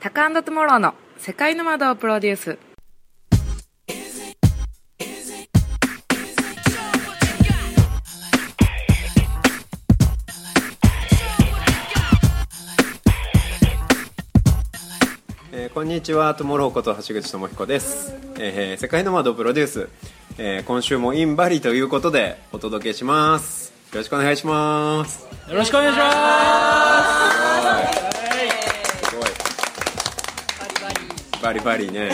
タカトゥモローの世界の窓をプロデュースえーこんにちはトゥモローこと橋口智彦です、えー世界の窓プロデュース、えー今週もインバリということでお届けしますよろしくお願いしますよろしくお願いしますすごいバリバリね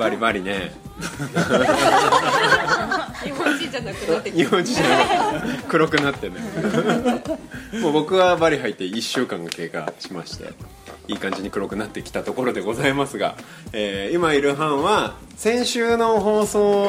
バリバリね日本人じゃなくなって日本人じゃなく黒くなってねもう僕はバリ入って1週間が経過しましていい感じに黒くなってきたところでございますが、えー今いる班は先週の放送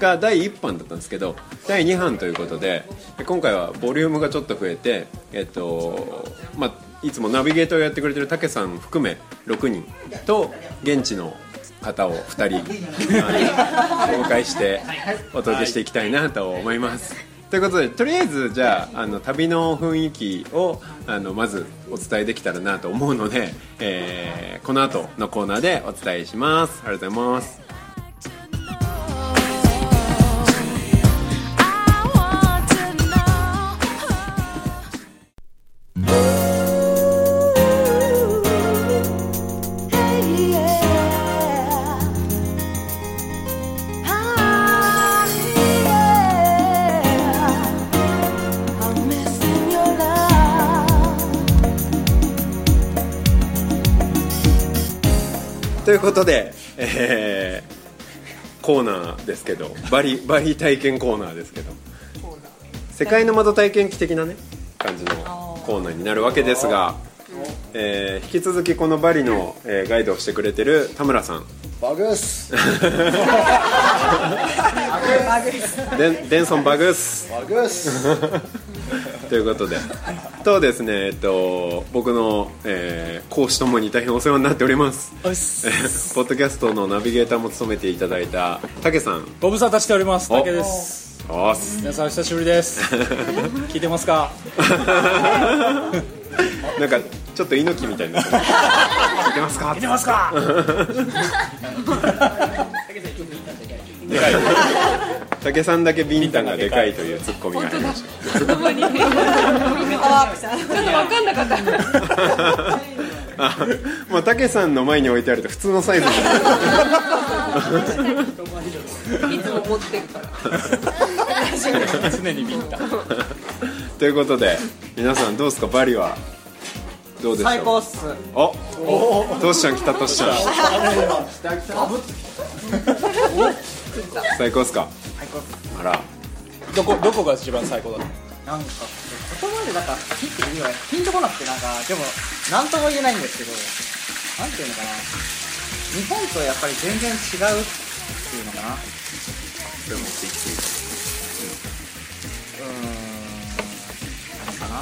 が第1班だったんですけど第2班ということでで今回はボリュームがちょっと増えてえっとまあいつもナビゲートをやってくれてる武さん含め6人と現地の方を2人はいお迎えしてお届けしていきたいなと思います。ということでとりあえずじゃああの旅の雰囲気をあのまずお伝えできたらなと思うので、えーこの後のコーナーでお伝えしますありがとうございますということで、えーコーナーですけどバリバリ体験コーナーですけど世界の窓体験記的なね感じのコーナーになるわけですが、えー引き続きこのバリの、えーガイドをしてくれてる田村さんバグスデンデンソン・バグスバグスということで、とですね、えっと、僕の、えー講師ともに大変お世話になっております。えー ポッドキャストのナビゲーターも務めていただいたたけさん。ご無沙汰しておりますお竹ですおーす皆さんお久しぶりです 聞いてますか なんかちょっと猪木みたいになってる聞いてますか聞いてま すかたけさんだけビンタンがでかいというツッコミがありました あまあ、たけさんの前に置いてあると普通のサイズになる常に見たということで皆さんどうですかバリはどうでしょう最高っすおおトッシャン来たトッシャン最高っすかあらどこどこが一番最高だったなんか言葉でなんかピッて言うよねピンとこなくてなんかでも何とも言えないんですけどなんていうのかな日本とやっぱり全然違うっていうのかなうーんなのかな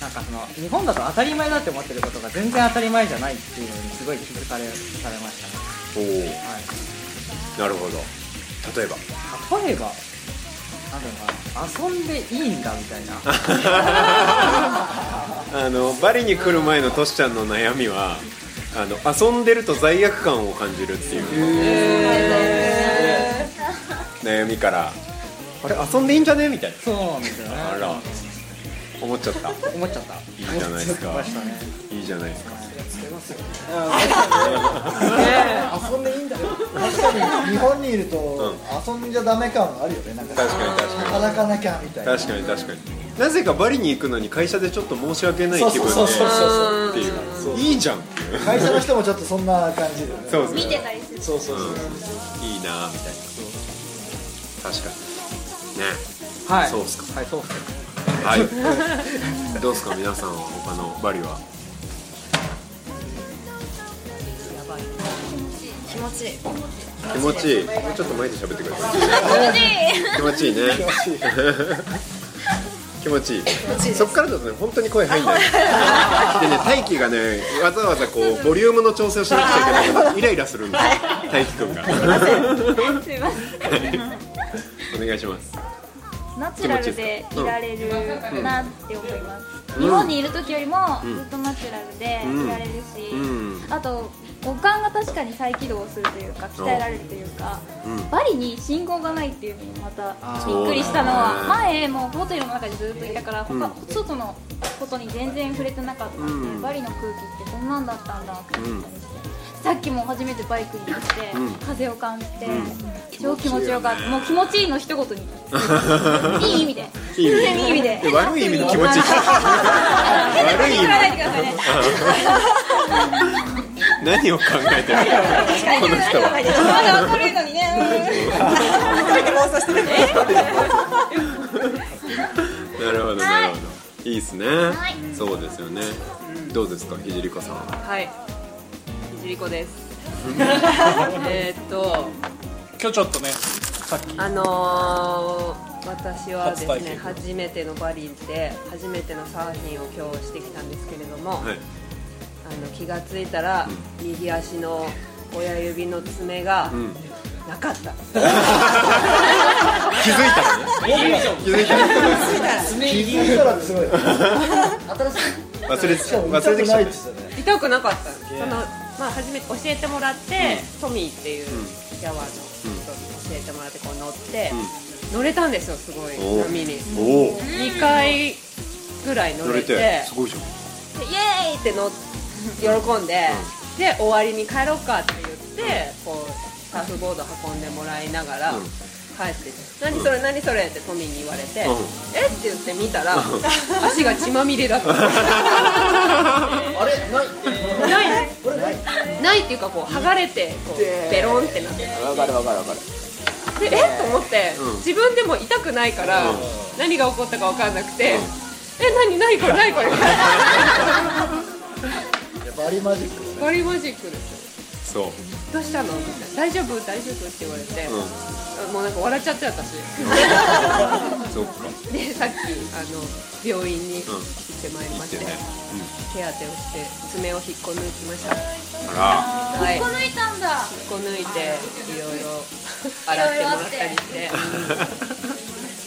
なんかその日本だと当たり前だって思ってることが全然当たり前じゃないっていうのにすごい気づかれされましたねおおはいなるほど例えば例えばなんだろうかな遊んでいいんだみたいな あのバリに来る前のトシちゃんの悩みはあの遊んでると罪悪感を感じるっていう悩みからあれ遊んでいいんじゃねみたいなそうなんですよねあら思っちゃった思っちゃったいいじゃないですかいいじゃないですか遊んでいいんだよ確かに日本にいると遊んじゃダメ感あるよねなんか確かに確かに働かなきゃみたいな確かに確かになぜかバリに行くのに会社でちょっと申し訳ない気分でそうそうそうそっていういいじゃんっていう会社の人もちょっとそんな感 じでねそうそう見てたりするそうそうそういいなみたいな確かにねはいそうっすかはいそうっすかはい どうですか皆さんは他のバリは気持ちいい気持ちいいもうちょっと前で喋ってください 気持ちいいね気持ちいいそっからだとね本当に声入んないでね大輝がねわざわざこうボリュームの調整をしなくちゃいけないからイライラするんですよ大輝くんがすいませんお願いしますナチュラルでいられるなって思います日本にいる時よりもうんずっとナチュラルでうんいられるし、うんあと五感が確かに再起動するというか鍛えられるというか、うんバリに信号がないっていうのにまたびっくりしたのそうだはね前もうホテルの中でずっといたから他、うん外のことに全然触れてなかったんで、うんバリの空気ってこんなんだったんだって思ったりして、さっきも初めてバイクに乗って、うん風を感じて、ん超気持ちよかった、もう気持ちいいの一言にいい意味でいい意味でいい意味でえ悪い意味で気持ちいい悪い意言わない味でくださいね何を考えてるこの人はまだ明るいのにねなるほどなるほどいいですねいそうですよねどうですかひじりこさんははい。ひじりこです。えーっと、今日ちょっとねさっきあのー私はで初す体ね験初めてのバリで初めてのサーフィンを今日してきたんですけれども、はいあの気がついたら右足の親指の爪がんなかった、気づいたのね気づいたの気づいたらすごい忘れてしたかも忘痛れてくきちなゃいっってた言ってたね痛くなかったその、まあ、初めて教えてもらって、トミーっていうシャワーの人に教えてもらってこう乗って、乗れたんですよすごいおー波におお2回ぐらい乗乗れれててすごいじゃんでイエーイっての喜んで、で終わりに帰ろうかって言ってこうサーフボード運んでもらいながら、うん帰って「何それ何それ」ってトミーに言われて「うんえっ?」て言って見たら、足が血まみれだったあれないないこれないないっていうかこう剥がれてこうベロンってなってわかるわかるわかるでえっと思って、うん自分でも痛くないから、うん何が起こったか分かんなくて、え何何これ何これバリマジックバリマジックですそようどうしたのみたいな大丈夫大丈夫って言われて、うもうなんか笑っちゃって私んそっかでさっきあの病院に行ってまいりま見して、てね手当てをして爪を引っこ抜きましたあはい引っここ抜いたんだこ抜いていろいろ洗ってもらったりし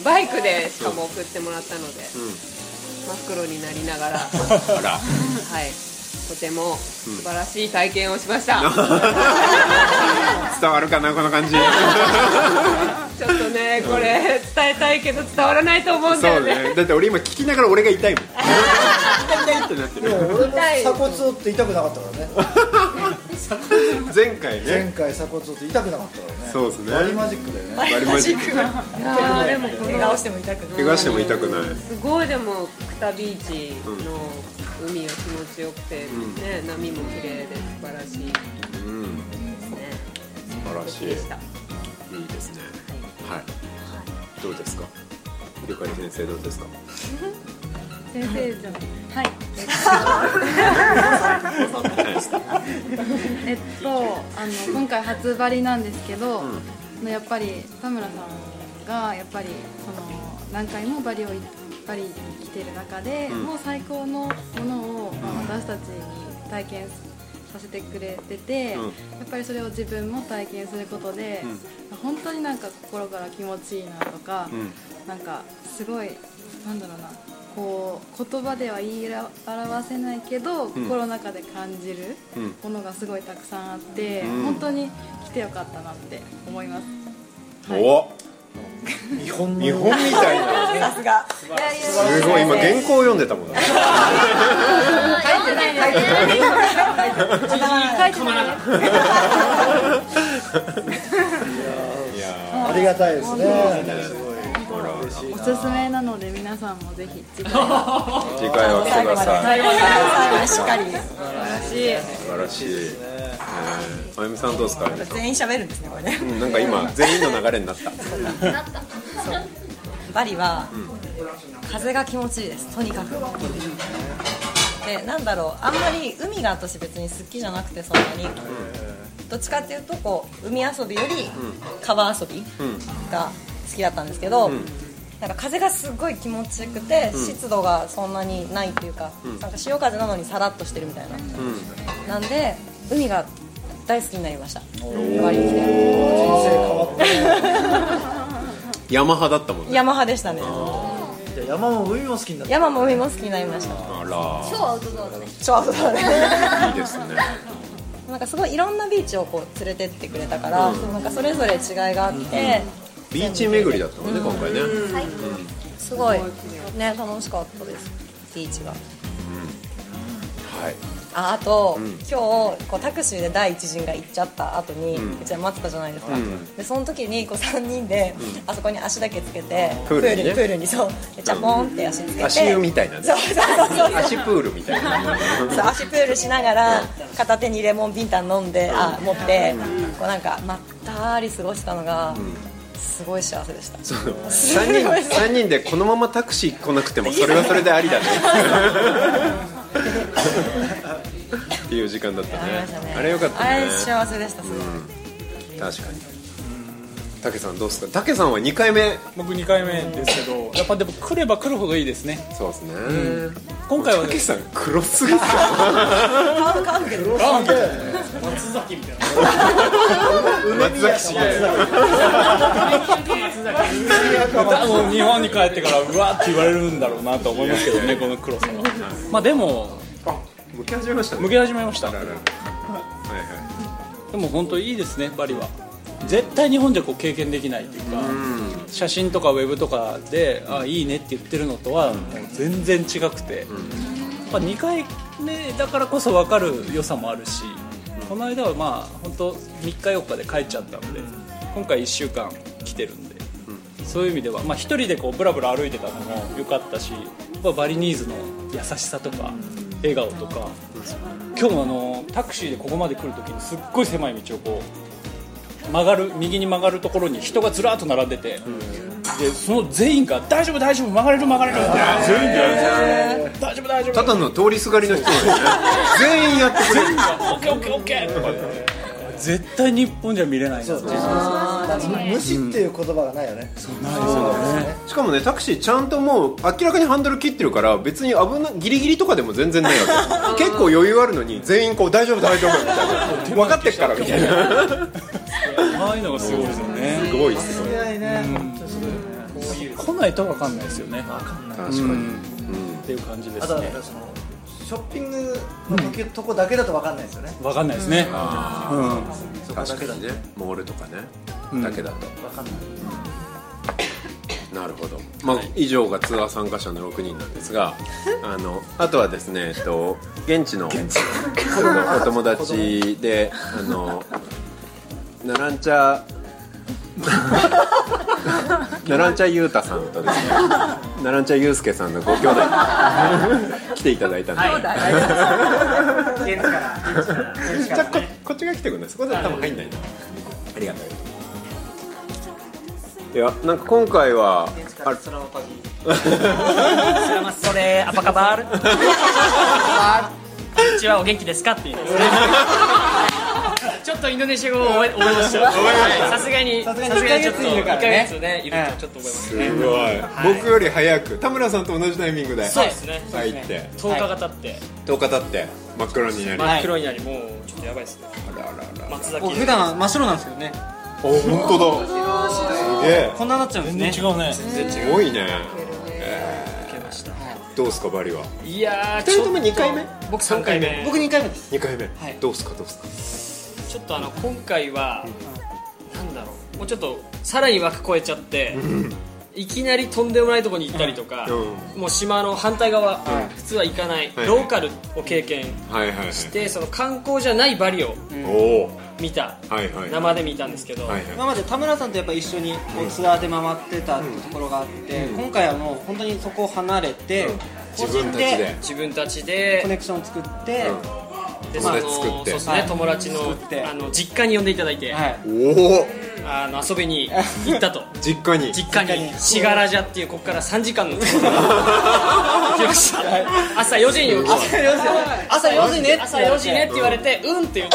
てバイクでしかも送ってもらったので、真っ黒になりなが らはらあらいとても素晴らしい体験をし ました、伝わるかなこの感じちょっとねこれ伝えたいけど伝わらないと思うんだそようねねだって俺今聞きながら俺が痛いもん痛い痛いってなってでもる俺も鎖骨折って痛くなかったからね前回前ね回鎖骨折って痛くなかったからねそうですねバリマジックだよね割りマジックいやーでもこの直しても痛くない怪我しても痛くないすごいでもクタビーチの海が気持ちよくて、ね波も綺麗で素晴らしいでうんすね素晴らしいでしたいいですねはいどうですかゆかり先生どうですか先生じゃんはいえっと、あの今回初バリなんですけど、のやっぱり田村さんがやっぱりその何回もバリをいバリに来てる中で、んもう最高のものを、まあ私たちに体験させてくれてて、うんやっぱりそれを自分も体験することで、本当になんか心から気持ちいいなとか、うんなんかすごいなんだろうなこう言葉では言いら表せないけど、心の中で感じるうんものがすごいたくさんあって、うん本当に来てよかったなって思いますお日本の日本み たいなすごい今原稿読んでたも んね書いてないです いやありがたいですねーほらほらおすすめなので皆さんもぜひ次次回回は来てくださいしっかり素晴らしいねえまゆみさんどうですかあゆみさん全員喋るんですねこれねうんなんか今全員の流れになったバリは、風が気持ちいいですとにかくでなんだろうあんまり海が私別に好きじゃなくてそんなに、どっちかっていうとこう海遊びより川遊びが好きだったんですけど、なんか風がすごい気持ちよくて、湿度がそんなにないっていうか、なんか潮風なのにさらっとしてるみたいな、なんで海が大好きになりましたバリ来て人生変わったねヤマハだったもんね 山派でしたねじゃあ山も海も好きになった山も海も好きになりましたあ超アウトドアだね超そうだねらいいですねなんかすごいいろんなビーチをこう連れてってくれたから、なんかそれぞれ違いがあって、ビーチ巡りだったもんね今回ね最高すごいね楽しかったですビーチがはいああと、うん今日こうタクシーで第一陣が行っちゃった後に、うんうちは待ってたじゃないですか、うんでその時にこう3人で、あそこに足だけつけてプールにねプールにそうでチャポンって足つけて、足湯みたいなねそうそうそうそう足プールみたいなそう足プールしながら片手にレモンビンタン飲んであ持ってこうなんかまったり過ごしたのがすごい幸せでしたそうすごい3人三人でこのままタクシー来なくてもそれはそれでありだねっていう時間だったありましたねねあれよかったあねれ幸せでしたすごい確かにたけさんどうですかたけさんは2回目僕2回目ですけどやっぱでも来れば来るほどいいですねそうですね今回はたけさん黒すぎっすよ 顔顔向けてるラーメン松崎みたいな松崎しげる多分日本に帰ってからうわーって言われるんだろうなと思いますけどねこの黒さはまあでも向き始めましたね向け始めましたあらあらではいはも本当いいですねバリは絶対日本じゃこう経験できないっていうか写真とかウェブとかであいいねって言ってるのとはもう全然違くて、まあ、2回目だからこそ分かる良さもあるし、この間はまあ本当3日4日で帰っちゃったので今回1週間来てるんで、そういう意味では、まあ、1人でこうブラブラ歩いてたのも良かったし、まあ、バリニーズの優しさとか笑顔とか、今日もあのタクシーでここまで来る時にすっごい狭い道をこう曲がる右に曲がるところに人がずらっと並んでて。でその全員が「大丈夫大丈夫曲がれる曲がれる」全員で「大丈夫大丈夫」いただの通りすがりの人なんですね 全員やってくれるオッケーオッケーオッケーとか絶対日本じゃ見れないなって無視っていう言葉がないよねしかもねタクシーちゃんともう明らかにハンドル切ってるから別に危なギリギリとかでも全然ないわ け結構余裕あるのに全員こう大丈夫大丈夫みたいな分かってっからみたいなああいうのがすごいですよねすごいすごいないね来ないと分かんないですよね分かんない確かに、うんっていう感じであとすはねそのショッピングの時とこだけだと分かんないですよね分かんないですねそこだ確けかだとにねモールとかね、うんだけだと分かんないなるほど、まあ以上がツアー参加者の6人なんですがあのあとはですね、えっと、現地のそのお友達であのナランチャナランチャユー タさんとですねナランチャユースケさんのご兄弟来ていただいたんで、現地から現地からじゃあここっちが来てくんないそこで多分入んないなありがとういやなんか今回は現地かあらそのままパギそれはそれアパ カバールこんにちはお元気ですかって言うんですねちょっとインドネシア語を覚え覚えましたはいさすがにさすがにちょっと1ヶ月ねいるとちょっと覚えますすごい、僕より早く田村さんと同じタイミングでそうですね入って10日が経って10日経って真っ黒になり、真っ黒になりもうちょっとやばいですねあらあらあら松崎普段真っ白なんですけどねお本当だすげえこんなになっちゃうんですね違うねすごいねどうすかバリはいやー二人とも二回目僕3回目僕2回目です2回目、いどうすかどうすかちょっとあの今回は、なんだろうもうちょっとさらに枠超えちゃって、いきなりとんでもないとこに行ったりとか、もう島の反対側、普通は行かない、はいローカルを経験はいはいはいしてその観光じゃないバリをおお見た、はいはい生で見たんですけど、はいはい今まで田村さんとやっぱ一緒にこうツアーで回ってたところがあって、今回はもう本当にそこを離れて、個自分人たちでで自分たちコでネクションを作って、友でその達作そうってですねはい友達の作ってあの実家に呼んでいただいて、はい、おおあの遊びに行った と。実家に実家実家ににシガラジャっていうここから3時間のところに行きました 朝4時に起きて朝4時ねって朝4時ねって言われてうんって言っ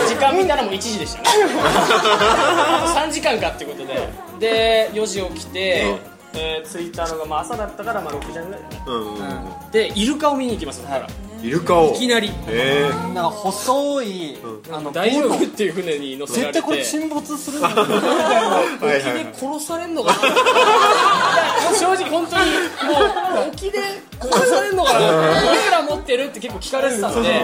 て時間見たらもう1時で したねあと3時間かってことでで4時起きて、えー着いたのがまあ朝だったからまあ6時ぐらいうんうんうんでイルカを見に行きますそこから、イルカをいきなりえーなんか細い、あの大丈ボー夫ルっていう船に乗せら絶対れてこれ沈没するんだよみたいなはいはいで殺されんのかないや正直本当にもう沖で殺されんのかな僕ら持ってるって結構聞かれてたんで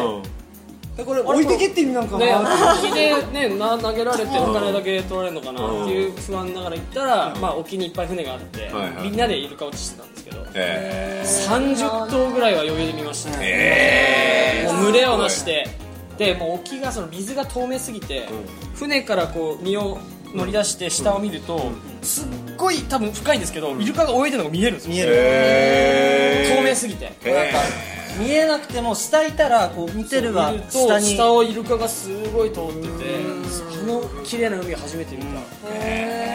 でこれ置いてけって意味なんかなねって沖でねな投げられてお金だけ取られるのかなっていう不安ながら行ったらまあ沖にいっぱい船があってはいはいみんなでイルカ落ちしてたんですけどえ30頭ぐらいは余裕で見ましたねもう群れをなしてでもう沖がその水が透明すぎて、船からこう身を乗り出して下を見ると、すっごい多分深いんですけど、イルカが泳いでるのが見えるんですよ見えー、えー、透明すぎてえ見えなくても下いたらこう見てるわ見ると下下にをイルカがすごい通っててあの綺麗な海初めて見た、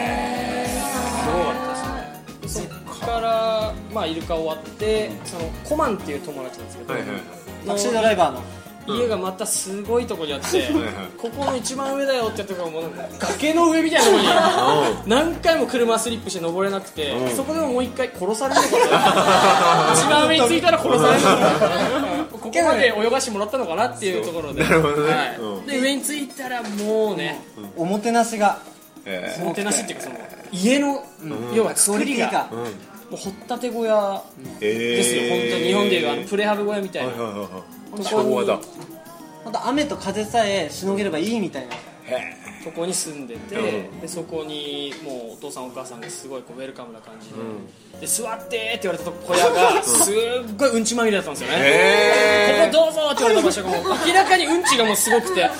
すごかったですねそっから、まあ、イルカ終わってそのコマンっていう友達なんですけど、ー、はいはいはいタクシードライバーの家がまたすごいとこにあって、はいここの一番上だよってとこがもうなんか崖の上みたいなとこに何回も車スリップして登れなくて、うんそこでももう一回殺されるの かな一番上に着いたら殺されるのかなここまで泳がしてもらったのかなっていうところでなるほどねはいうんで上に着いたらもうねおもてなしがえおもてなしっていうかその家の、要は作りがクオー、リティうんもう掘ったて小屋えー、ですよ、本当に日本でいうあのプレハブ小屋みたいな、はいはいはいはい昭和だまた雨と風さえしのげればいいみたいなそこに住んでて、うんでそこにもうお父さんお母さんがすごいこうウェルカムな感じで,、で座ってって言われたとこ小屋がすっごいうんちまみれだったんですよね、えー、ここどうぞって言われた場所がもう明らかにうんちがもうすごくて「あ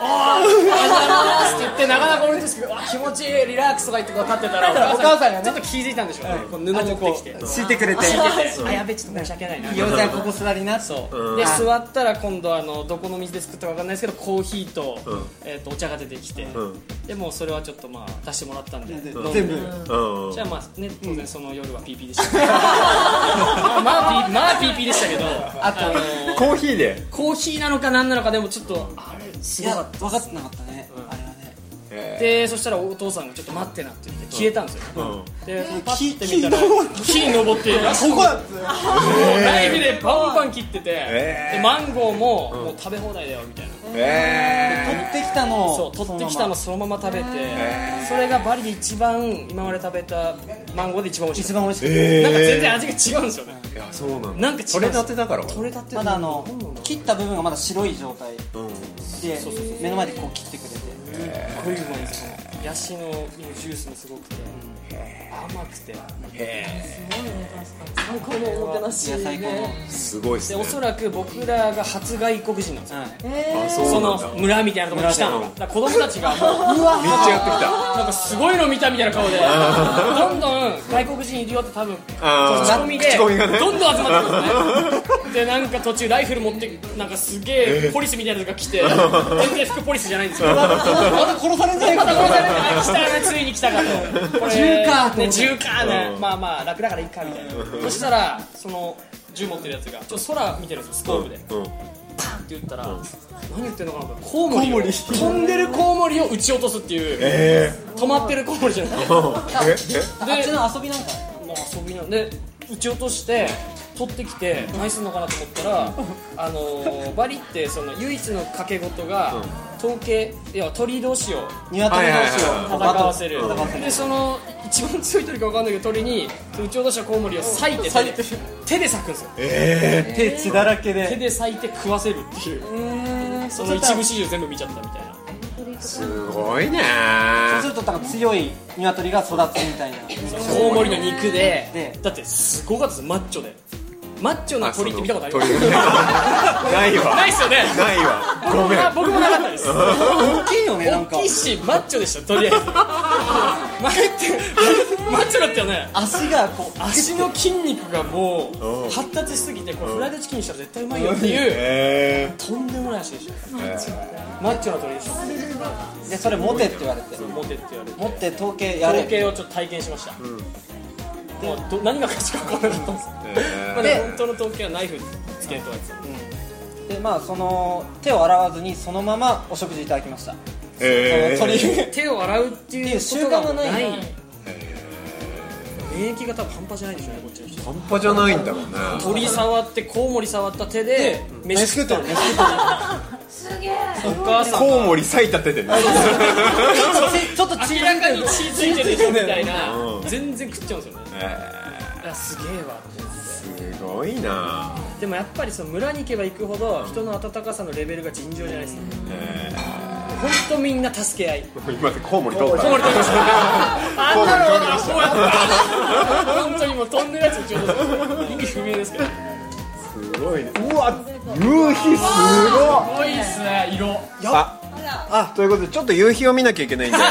あありがとうございます」って言ってなかなか俺のですけど「あ気持ちいいリラックス」とか言ってこう立ってたらお母さんがちょっと気づいたんでしょうね、こう布持ってきて敷いてくれててあやべちょっと申し訳ないなようちゃんここ座りなそうで座ったら今度あのどこの水で作ったかわかんないですけどコーヒーと,、うんえー、とお茶が出てきて、うんでもうそれはちょっとまあ出してもらったんで、飲んで全部うんじゃあまあね当然その夜は PP でした、 まあピまあ PP でしたけどあとあのコーヒーで、コーヒーなのか何なのかでもちょっとあれすいごやかっ分かってなかったねあれはねたえでそしたらお父さんがちょっと待ってなって言って消えたんですよ、ーうん、でパッて見たら木に登ってここだってナイフでバンバン切ってて、えーでマンゴーも,、もう食べ放題だよみたいなえ取ってきたのそうを取ってきたのそのまま食べて、それがバリで一番今まで食べたマンゴーで一番美味しい一番美味しくー、てえー、なんか全然味が違うんですよねいやそうなんだなんか違う取れたてだから取れたてまだあの切った部分がまだ白い状態うんで目の前でこう切ってくれてすごいうまいんですよヤシのジュースもすごくて甘くていや最高のすごいっすでねおそらく僕らが初外国人なんですよあそそうなんだの村みたいなところに来たのがだから子供たちがめっもうちゃやってきたなんかすごいの見たみたいな顔 でどんどん外国人いるよって多分あ口コミで口コミがねどんどん集まってくるんですねでなんか途中ライフル持ってなんかすげえポリスみたいなのが来 て全然服ポリスじゃないんですよままたた殺されないから殺されてあ来たねついに来たかとこれ銃かと思ねって銃かねまあまあ楽だからいいかみたいなそしたらその銃持ってるやつがちょっと空見てるんですよストーブでうんパンって言ったら何言ってんのかなと思ったらコウモリを飛んでるコウモリを撃ち落とすっていうえー止まってるコウモリじゃないええであっちの遊びなんかまあ遊びなんで撃ち落として取ってきて何すんのかなと思ったら、あのーバリってその唯一の掛け事が統計要は鳥同士を鶏同士を戦わせる戦わせるでその一番強い鳥か分かんないけど鳥にその撃ち落としたコウモリを裂いて手で手で裂くんですよ手血だらけ手でで裂いて食わせるっていうその一部始終全部見ちゃったみたいなすごいねそうするとなんか強い鶏が育つみたいなコウモリの肉ででだってすごかったですマッチョでマッチョな鳥って見たことあります鳥ねないわないっすよねないわごめん僕 もなかったです大きいよねなん大かきいしマッチョでしたとりあえず前ってマッチョだったよね足がこう足の筋肉がもうんう発達しすぎてこれフライドチキンにしたら絶対うまいよっていうえとんでもない足でしたマッチョな鳥でしたでそれ持てって言われてモテって言われて持って統計やれ統計をちょっと体験しましたもうど何が勝ちか分からなかったんですーまあえでも本当の統計はナイフつけるとかですよでまあその手を洗わずにそのままお食事いただきました、ーえー鳥手を洗うっていうことがもうない習慣がないえ免疫が多分半端じゃないでしょうねこっちの人半端じゃないんだろうね鳥触ってコウモリ触った手で飯食ったの飯すげえお母さんコウモリ咲いた手でねちょっと明らかに血ついてるでしょみたいな全然食っちゃうんですよねえいやすげえわって思ってーすごいなでもやっぱりその村に行けば行くほど人の温かさのレベルが尋常じゃないですねえ本当みんな助け合いー今までコウモリ通ったコウモリ飛びましたコあウんモなリの飛びましこうやって本当にもう飛んでるやつ一応意味不明ですけどすすごいねうわ夕日すごいごいですね色ああということでちょっと夕日を見なきゃいけないんで一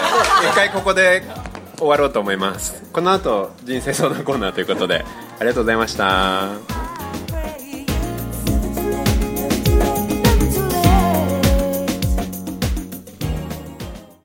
回ここで終わろうと思いますこの後人生相談コーナーということでありがとうございました